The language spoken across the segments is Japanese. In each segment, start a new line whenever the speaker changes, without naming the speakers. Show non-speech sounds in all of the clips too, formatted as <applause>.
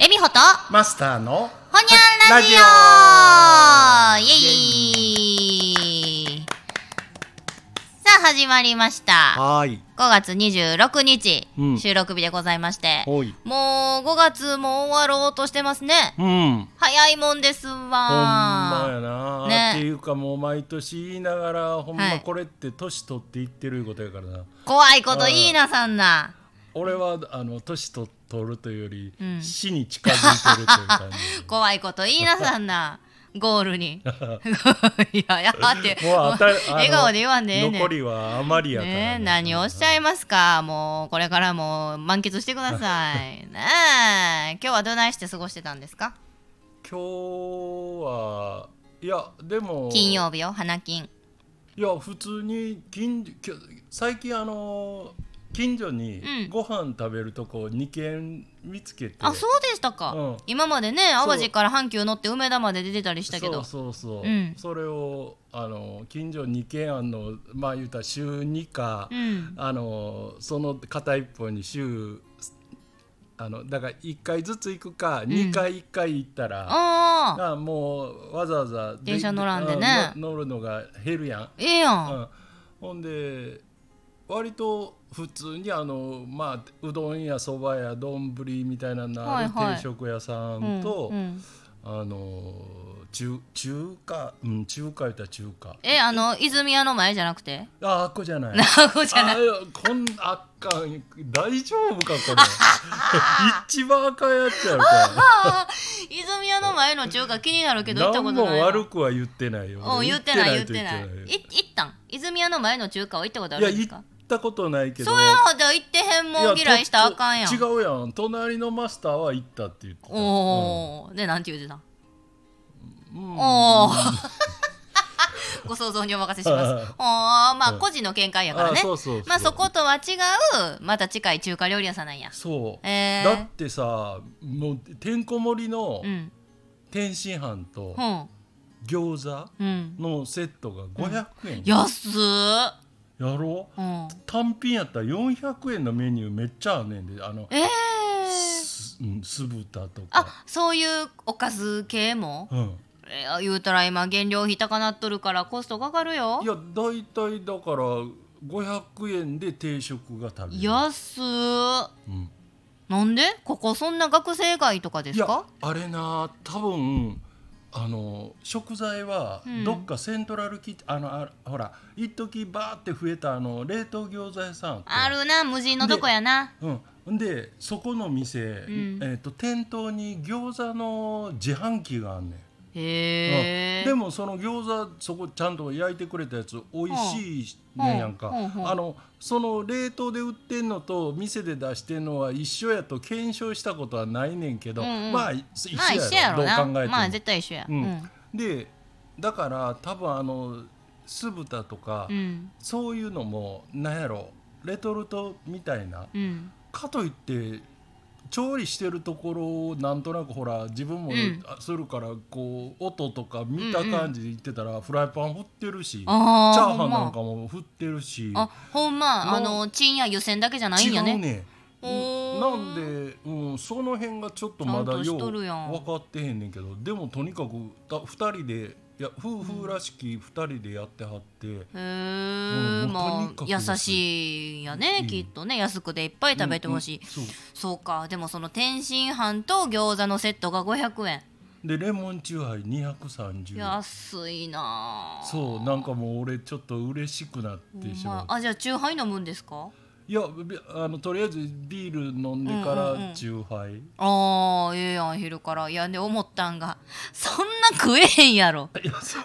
えみほと、ほ
マスターの
にゃんラジオイエイさあ、始まりました。
はーい
5月26日、
うん
収録日でございまして、
ほい
もう5月も終わろうとしてますね。
うんほん
早いもんです
まや
わ。
な、
ね
っていうかもう毎年言いながらほん
は
ま
い
これって年取っていってるいうことやからな、
怖いこといいなさんな。
俺はあの年取取るというより、
うん
死に近づいてるという感じ
怖いこといいなさんな。ゴール
<laughs>
に。 <laughs> いや、やって。 <laughs>
もうあた
笑顔で言わんでええねん。
残りはあまりやから
ねえ何をおっしゃいますかもうこれからも満喫してください
<laughs>
ねえ今日はどないして過ごしてたんですか
今日はいやでも
金曜日よ花金
いや普通に近きょ最近あの近所に
うん
ご飯食べるとこ2軒見つけて、
あそうでしたか、
うん
今までね
そう
淡路から阪急乗って梅田まで出てたりしたけど
そうそうそう、
うん
それをあの近所2軒あんのまあ言うたら週2か、
うん
あのその片一方に週あのだから1回ずつ行くか、
ん
二2回1回行ったら、
ああ
あもうわざわざで
電車乗らんでね
うん乗乗るのが減るやん、
ええやん、
うん、ほんで割と普通にあのまあうどんやそばや丼みたいなのある
はいはい
定食屋さ
うん
んと、
うん
あの中中華うん中華言ったら中華
えあの泉屋の前じゃなくて <laughs>
ああっこじゃない
あこうじゃない
あいやこんあっかん大丈夫かこれ <laughs> 一番あかんやっちゃうか
ああ泉屋の前の中華気になるけど行ったこ
何
と
も
ないな
悪くは言ってないよ
お言ってない言ってない
言
い行ったん泉屋の前の中華は行ったことあ
いや
るんで
言
す
っ
か
たことないけど
そうやほど行ってへんもん
いや
嫌いしたらあかんやん
とと違うやん隣のマスターは行ったって言ってた
おお、でなんて言うてたん
うんうん
おお <laughs> ご想像にお任せし
<laughs>
ますおおまあ個人の見解やから
あ
ね
そうそうそう
まあそことは違うまた近い中華料理屋さんなんや
そう、
えー
だってさもうてんこ盛りの
うん
天津飯と
ほん
餃子
うん
のセットが500円、
安っ
やろう
うん
単品やったら400円のメニューめっちゃあんねんであの
ええー、
すうん酢豚とか
あそういうおかず系も
うん
えー言うたら今原料費高なっとるからコストかかるよ
いや大体だから500円で定食が食べれる
安っ
うん
なんでここそんな学生街とかで
い
す
や
か
あれな多分あの食材は
うん
どっかセントラルキッチン、あのあほら一時バーって増えたあの冷凍餃子屋さんって
あるな無人のとこやな
うん、でそこの店、
ん
えー、と店頭に餃子の自販機があんねん、
へえ、
うんでもその餃子そこちゃんと焼いてくれたやつ美味しいねんやんか、
うんうんうん
あのその冷凍で売ってんのと店で出してんのは一緒やと検証したことはないねんけど、
うんうん
まあい一
まあ一
緒
緒
や
や
ろ
ろな
どう考えても、
まあ絶対一緒やう
うんん、でだから多分あの酢豚とか、
うん
そういうのもなんやろレトルトみたいな、
うん
かといって調理してるところをなんとなくほら自分も
うん
あするからこう音とか見た感じで言ってたらフライパン振ってるしチャー
あー
ハンなんかも振ってるし
あほんま
の
あのチンや湯煎だけじゃないん
違
や
う
ね
ね
お
な
ー
んで、うん、その辺がちょっとま
ちゃ
だよ
んとし
う
とる
分
やん
かってへんねんけどでもとにかくた2人でいや夫婦らしき2人でやってはって
へえ、
うんもう
ま
とに
あ
かく
優
安い
しいんやね、
うん
きっとね安くでいっぱい食べてほしい、
うんうんそう
そうかでもその天津飯と餃子のセットが500円
でレモンチューハイ230円
安いなあ
そうなんかもう俺ちょっと嬉しくなってし
ほん
ま
ま
って
あじゃあチューハイ飲むんですか
いやびあのとりあえずビール飲んでか
うんうんうん
らチューハイ、
ああええやん昼からいやで思ったんがそんな食えへんやろ
いやそう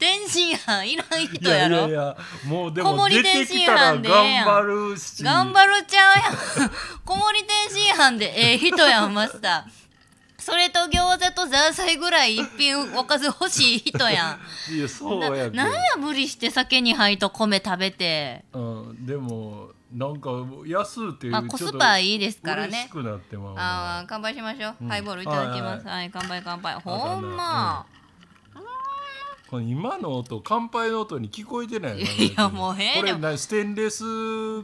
天津飯いらん
い
人
や
や
い
ろ
やいやもうで
小
も
森
出
天
て
津
きたら
飯
頑
でええやん
張るし
頑張るちゃうやん小森天津飯でええ人やんマスターそれと餃子とザーサイぐらい一品おかず欲しい人や
いや
ん
そうや
な
け
なんや無理して酒に杯と米食べて
ど、うん、でもなんか安うっていう、
まあコスパ
い
いいですから
嬉し
ね
くなってまうな
あー乾杯しましょう、
うん
ハイボールいただきますはい、乾杯乾杯ほんま
この今の音乾杯の音に聞こえてないよない
やもうええねん
これなステンレス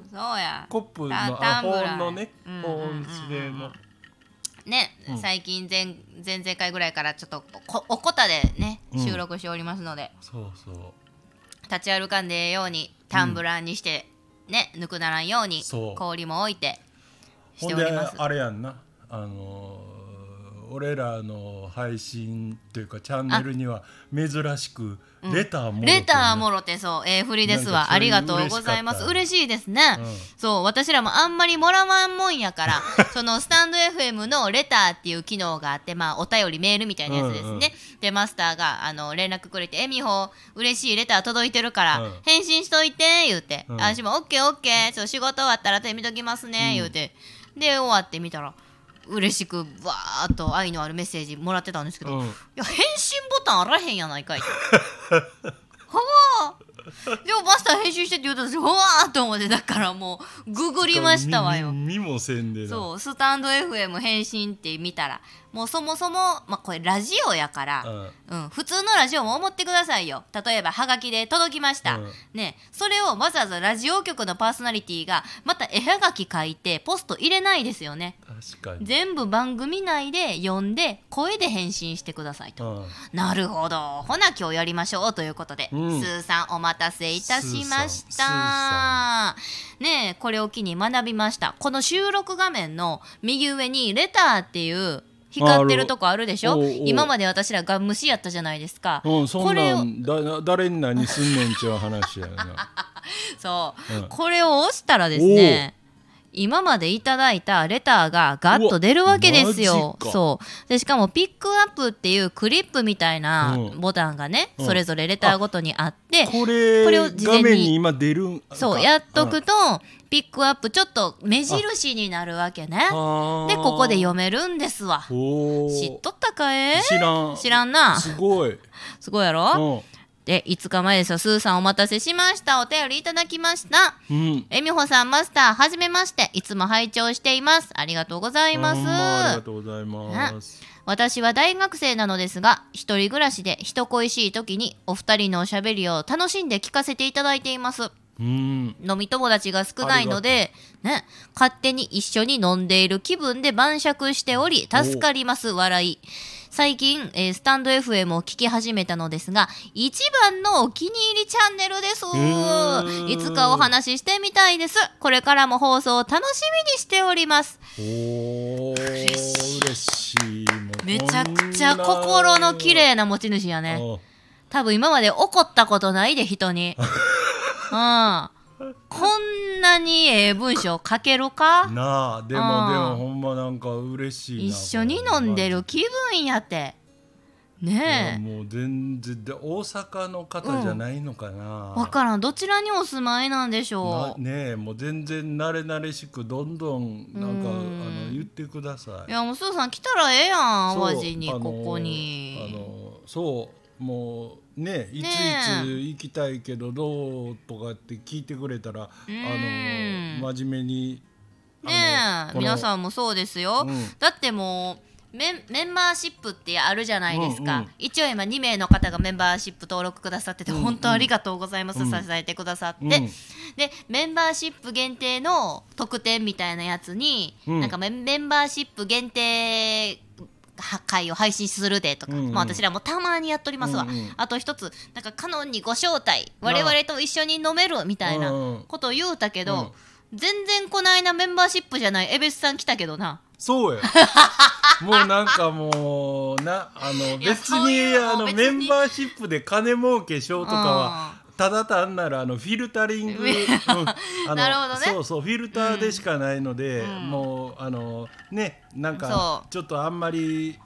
コ
そうや
ップの
タ
あ
タンブ
保
ラー
温のね
うんうん
保
うんうん
温での
ね、最近前前々回ぐらいからちょっとこおこたでね
うん
収録しておりますので、
そうそう
立ち歩かんでええようにタンブラーにして、ねぬくならんように
そう
氷も置いてし
ほ
て
ん
お
で
ります
あれやんなあのー俺らの配信というかチャンネルには珍しくレターもろてんね
レターもろてそうええ振りです
なんか
わ
そ
あ
れ
りがとうございます
嬉
嬉しいですね、
うん
そう私らもあんまりもらわんもんやから
<laughs>
そのスタンド FM のレターっていう機能があってまあお便りメールみたいなやつですね、
うんうん
でマスターがあの連絡くれて「えみほ嬉しいレター届いてるから、
うん
返信しといて」言うて「
うん
私もオッケーオッケーちょっと仕事終わったら手見ときますね」言うて、で終わってみたら嬉しくわーっと愛のあるメッセージもらってたんですけど、
うん
いや返信ボタンあらへんやないかいって
<laughs>
はあでもマスター編集してって言うたんですようわーと思ってだからもうググりましたわよ
見見もせんでな
そうスタンド FM 返信って見たらもうそもそも、まあ、これラジオやから、
うん
うん、普通のラジオも思ってくださいよ例えばハガキで届きました、
うん
ねそれをわざわざラジオ局のパーソナリティがまた絵ハガキ書いてポスト入れないですよね
確かに、
全部番組内で読んで声で返信してくださいと、
うん、
なるほどほな今日やりましょうということで、
うん
スーさんお待たせいたしまし
スーさ
たねえこれを機に学びましたこの収録画面の右上に「レター」っていう光ってるとこあるでし
あ
ょ
るおうおう
今まで私らガン虫やったじゃないですか、
うん、そ
こ
ん
れ
な
を
んだな誰に何すんねんちゅう話やな
そう、
うん
これを押したらですね今までいただいたレターがガッと出るわけです
うわ
よ
マジか
そうでしかもピックアップっていうクリップみたいな
うん
ボタンがね、
うん
それぞれレターごとにあって
これ
これを事前に
画面に今出るんか
そうやっとくとピックアップちょっと目印になるわけね
あー
でここで読めるんですわ
おー
知っとったかえ
知らん
知らんな
すごい、
すごいや
う
ろ
ん
で5日前ですよスーさんお待たせしましたお便りいただきました
うん、
えみほさんマスターはじめましていつも拝聴していますありがとうございま
ほんまあり
す
がとうございます。
私は大学生なのですが一人暮らしで人恋しい時にお二人のおしゃべりを楽しんで聞かせていただいています
うん、
飲み友達が少ないので、ね、勝手に一緒に飲んでいる気分で晩酌しており助かります笑い最近、えースタンド FM を聞き始めたのですが一番のお気に入りチャンネルです
ー
いつかお話ししてみたいですこれからも放送を楽しみにしております
おお、嬉しい。もう
めちゃくちゃ心の綺。麗な持ち主や
こんな
ね
うん
多分今まで怒ったことないで人にうんこんなにええ文章書けるか
なあ、で
うん
も、でも、ほんまなんか嬉しい
一
な。
緒に飲んでる気分やってね
ね。もう全然で大阪の方じゃないのかな。
え分からんどちらにお住まいなんでし
な
ょう
ねえもう全然慣れ慣れしくどんどんなんかあ
うん
の言ってくださ
い
い。
やもうすーさん来たらええやん
そう
淡路に
あの
こ
ー
こ
あ
に
のそうもうねいちい
ね
ち行きたいけどどうとかって聞いてくれたらあ
う
の
ん
真面目に
ねえ皆
ん
さんもそうですよ
うん
だってもうメンメンバーシップってあるじゃないですか、
うんうん
一応今2名の方がメンバーシップ登録くださってて、
うんうん
本当ありがとうございます、
うん
支えてくださって、
うん
でメンバーシップ限定の特典みたいなやつに、
うん
なんかメンメンバーシップ限定は会を配信するでとか、
うんうん
まあ、私らもたまにやっとりますわ、
うんうん
あと一つなんかカノンにご招待我々と一緒に飲めるみたいな
うんうん
ことを言うたけど、全然この間メンバーシップじゃないエベスさん来たけどな。
そう
<laughs>
やもうなんかもうなあの
いや
別
そう
に
いうの
あの
別
メ
に
ンバーシップで金儲けしようとかはただ単なるあのフィルタリ
<laughs>
ング、うんあの
なるほどね
そうそうフィルターでしかないので、もうあのねなんか
そう
ちょっとあんまり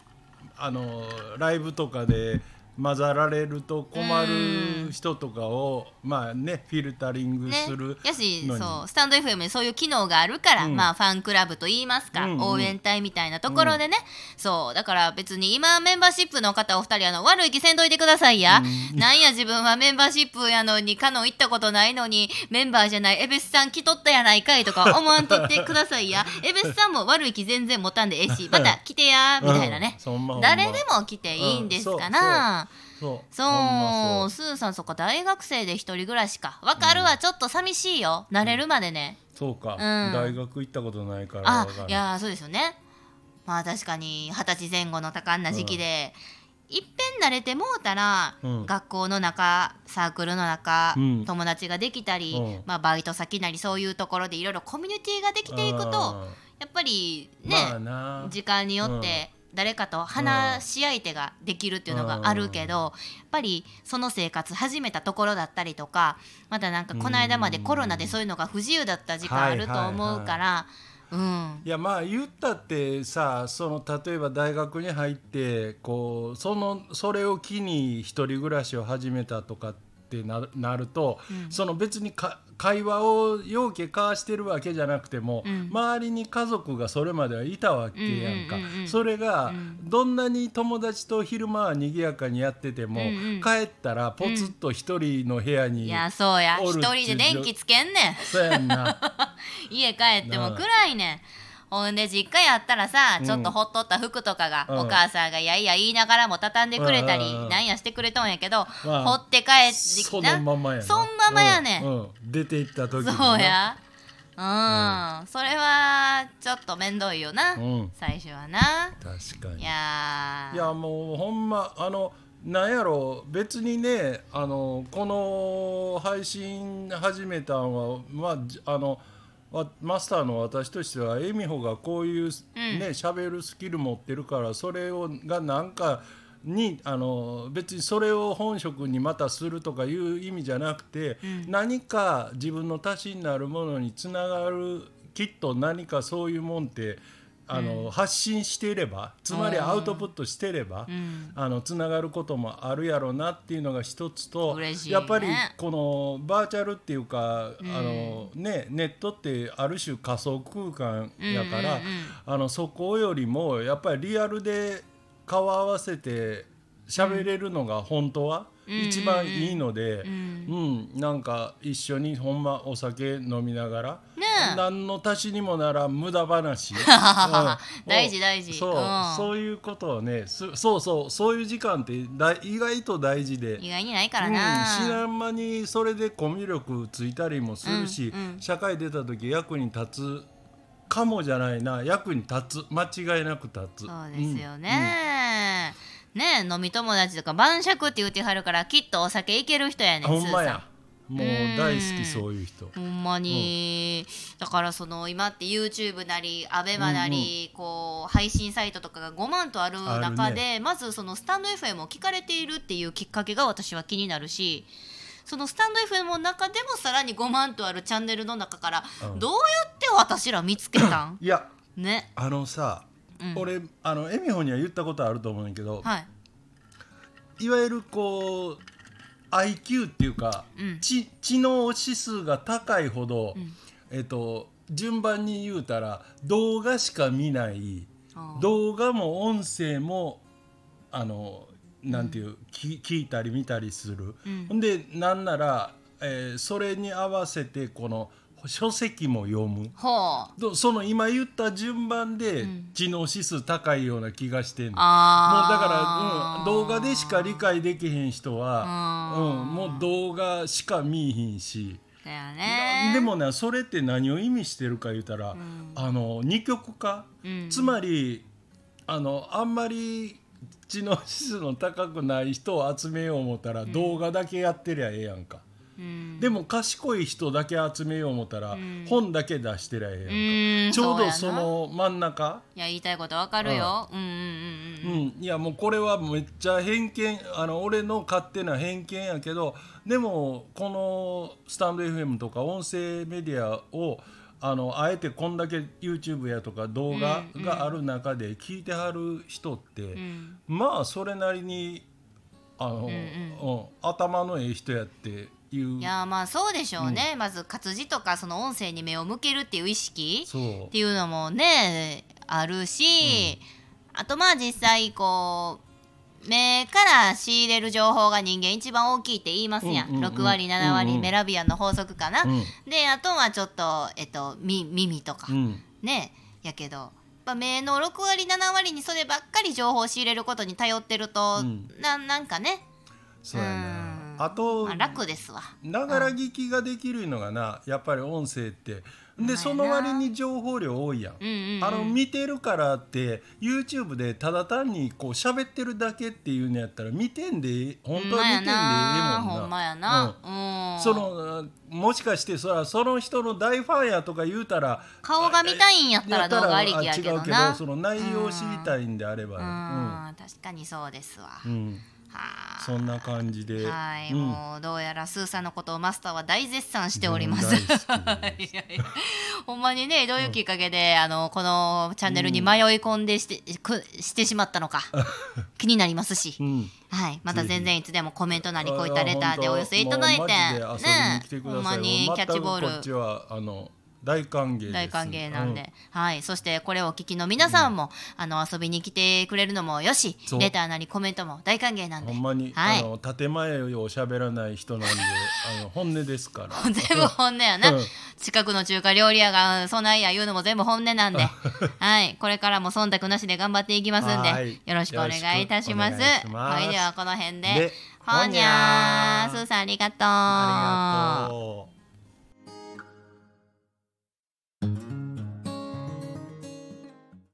あのライブとかで混ざられると困る人とかを、まあねフィルタリング
ね
する、、
やし
のに
そうスタンド FM にそういう機能があるから、
うん
まあ、ファンクラブと言いますか、
うんうん
応援隊みたいなところでね、そうだから別に今メンバーシップの方お二人あの悪い気せんといてくださいや、なんや自分はメンバーシップやのにカノン行ったことないのにメンバーじゃないエベスさん来とったやないかいとか思わんとってください
<laughs>
やエベスさんも悪い気全然持たんでええしまた来てやみたいなね
うんそんまほんま
誰でも来ていいんですかな、
そうそう
そう,、
ほんま
スーさんそっか大学生で一人暮らしかわかるわ、ちょっと寂しいよ慣れるまでね、
そうそうか、
うん
大学行ったことないから
あ
わからん
いやーそうですよねまあ確かに二十歳前後の多感な時期で、いっぺん慣れてもうたら、
うん
学校の中サークルの中、
うん
友達ができたり、
うん
まあ、バイト先なりそういうところでいろいろコミュニティができていくと
あ
やっぱり
ー
ね、
まあな
時間によって誰かと話し相手ができるっていうのがあるけどやっぱりその生活始めたところだったりとかまだなんかこの間までコロナでそういうのが不自由だった時間あると思うからうん
いやまあ言ったってさその例えば大学に入ってこうそのそれを機に一人暮らしを始めたとかってななると、その別にか会話を要件交わしてるわけじゃなくても、
うん
周りに家族がそれまではいたわけやんか、
うんうんうんうん
それが
うん
どんなに友達と昼間は賑やかにやってても、
うんうん
帰ったらポツッと一人の部屋に、
いやそうや
お
一
る
人で電気つけんねん
そうやんな。
家帰っても暗いねんほんで実家やったらさ
うん
ちょっとほっとった服とかが
うん
お母さんがいやいや言いながらも畳んでくれた
うんうんう
り
ん
なんやしてくれとんやけど
あ
ほって帰ってき
そ
な
のままやな
そんままやねん
うんうん出て行った時もな
そうや。うん、それはちょっと面倒いよな、
うん
最初はな。
確かに
いやー
いやもうほんまあのなんやろ別にねあのこの配信始めたんはまあじあのわマスターの私としては恵美穂がこういうね喋、るスキル持ってるからそれをがなんかにあの別にそれを本職にまたするとかいう意味じゃなくて、何か自分の足しになるものにつながるきっと何かそういうもんってあの、発信していればつまりアウトプットしてれば、あのつながることもあるやろうなっていうのが一つと、
嬉しいね
やっぱりこのバーチャルっていうか、あのね、ネットってある種仮想空間やから、
うんうんうん
あのそこよりもやっぱりリアルで顔合わせて喋れるのが本当は一番いいので、うんなんか一緒にほんまお酒飲みながら。
ねえ
何の足しにもならん無
<laughs>
駄話、うん
大事大事
そう、
うん
そういうことをねすそうそうそういう時間ってだ意外と大事で
意外にないから
うん、知
な。
らん間にそれでコミュ力ついたりもするし、
うん
社会出た時役に立つかもじゃないな役に立つ間違いなく立つ
そうですよね。ねえ飲み友達とか晩酌って言ってはるからきっとお酒いける人やね
うん、ほ
ス
んま
ーさ
やもう大好きそういう人、
ほんまに、だからその今って YouTube なり ABEMA なり、こう配信サイトとかが5万とある
あ
中
る
で、まずそのスタンド FM を聞かれているっていうきっかけが私は気になるしそのスタンド FM の中でもさらに5万とあるチャンネルの中から
うん
どうやって私ら見つけた
<laughs>
ん
いや
ね
あのさ、
うん
俺あのエミホには言ったことあると思うんやけど、
はい
いわゆるこう IQ っていうか、
うん
知知能指数が高いほど、
ん
えっと順番に言うたら動画しか見ない
あー
動画も音声もあのなんていう、き聞いたり見たりする、
うん
ほんでなんなら、えーそれに合わせてこの書籍も読む。
ほう
どその今言った順番で
ん
知能指数高いような気がしてんの、もうだから、
あ
うん、
ー
動画でしか理解できへん人は、
あ
う
ー
ん、もう動画しか見えへんし、
だよね
でもねそれって何を意味してるか言うたら、あの二極化、
うん
つまりあのあんまり知能指数の高くない人を集めよう思ったら、動画だけやってりゃええやんか、
うん
でも賢い人だけ集めよう思ったら、
ん
本だけ出してりゃええやんか、
うん
ちょう
そうや
ど
な
その真ん中
いや言いたいことわかるようんうんうんうん
うん、いやもうこれはめっちゃ偏見あの俺の勝手な偏見やけどでもこのスタンド FM とか音声メディアをあのあえてこんだけ YouTube やとか動画がある中で聞いてはる人って、
うん
まあそれなりにあの、うん頭のええ人やっていう
いやーまあそうでしょうね、まず活字とかその音声に目を向けるっていう意識
そう
っていうのもねあるし、あとまあ実際こう目から仕入れる情報が人間一番大きいって言いますやん,、
うんうんうん
6割7割、
うんうん
メラビアンの法則かな、
うん
であとはちょっと、えっと、み耳とか、
うん
ねやけどやっぱ目の6割7割にそればっかり情報を仕入れることに頼ってると、
うん
ななんかね
そうや
う
なんあと
まあ、楽ですわ
ながら聞きができるのがなやっぱり音声ってでその割に情報量多いやん,、
うんうんうん
あの見てるからって YouTube でただ単にこう喋ってるだけっていうのやったら見てんでええ本当は見てんでええもんな
ほんまやなほんまやな、うん
う
ん、
そのもしかしてそらその人の大ファンやとか言うたら
顔が見たいんやったら動画ありきやけど
違うけ
な
どその内容を知りたいんであればね
うん確かにそうですわ、
うん、うん
はあ
そんな感じで
はい、
うん
もうどうやらスーさんのことをマスターは大絶賛しております。
もう大
<laughs>
好きで
いやいやほんまにねどういうきっかけで、あのこのチャンネルに迷い込んでして,、くしてしまったのか気になりますし、
うん
はい、また全然いつでもコメントなり
あ
こういったレターでお寄せいただいて
もうマジで遊びに来てください
ほんまに
もう
キャッチボ
全くこ
ー
っ
ル
ちはあの大歓迎です
大歓迎なんで、、はい、そしてこれをお聞きの皆さんも、あの遊びに来てくれるのもよし
そう
レターなりコメントも大歓迎な
うんん
で
ほんまに、
はい
あの建前を喋らない人なんで
<laughs>
あの本音ですから
全部本音やな、
うん
近くの中華料理屋がそないや言うのも全部本音なんで <laughs> はいこれからも忖度なしで頑張っていきますん
はい
でよろしくお願いいたします
よろしくお願いします
はいではこの辺で
で
ほんにゃー
ほんにゃー
すーさんありがとう
ありがとう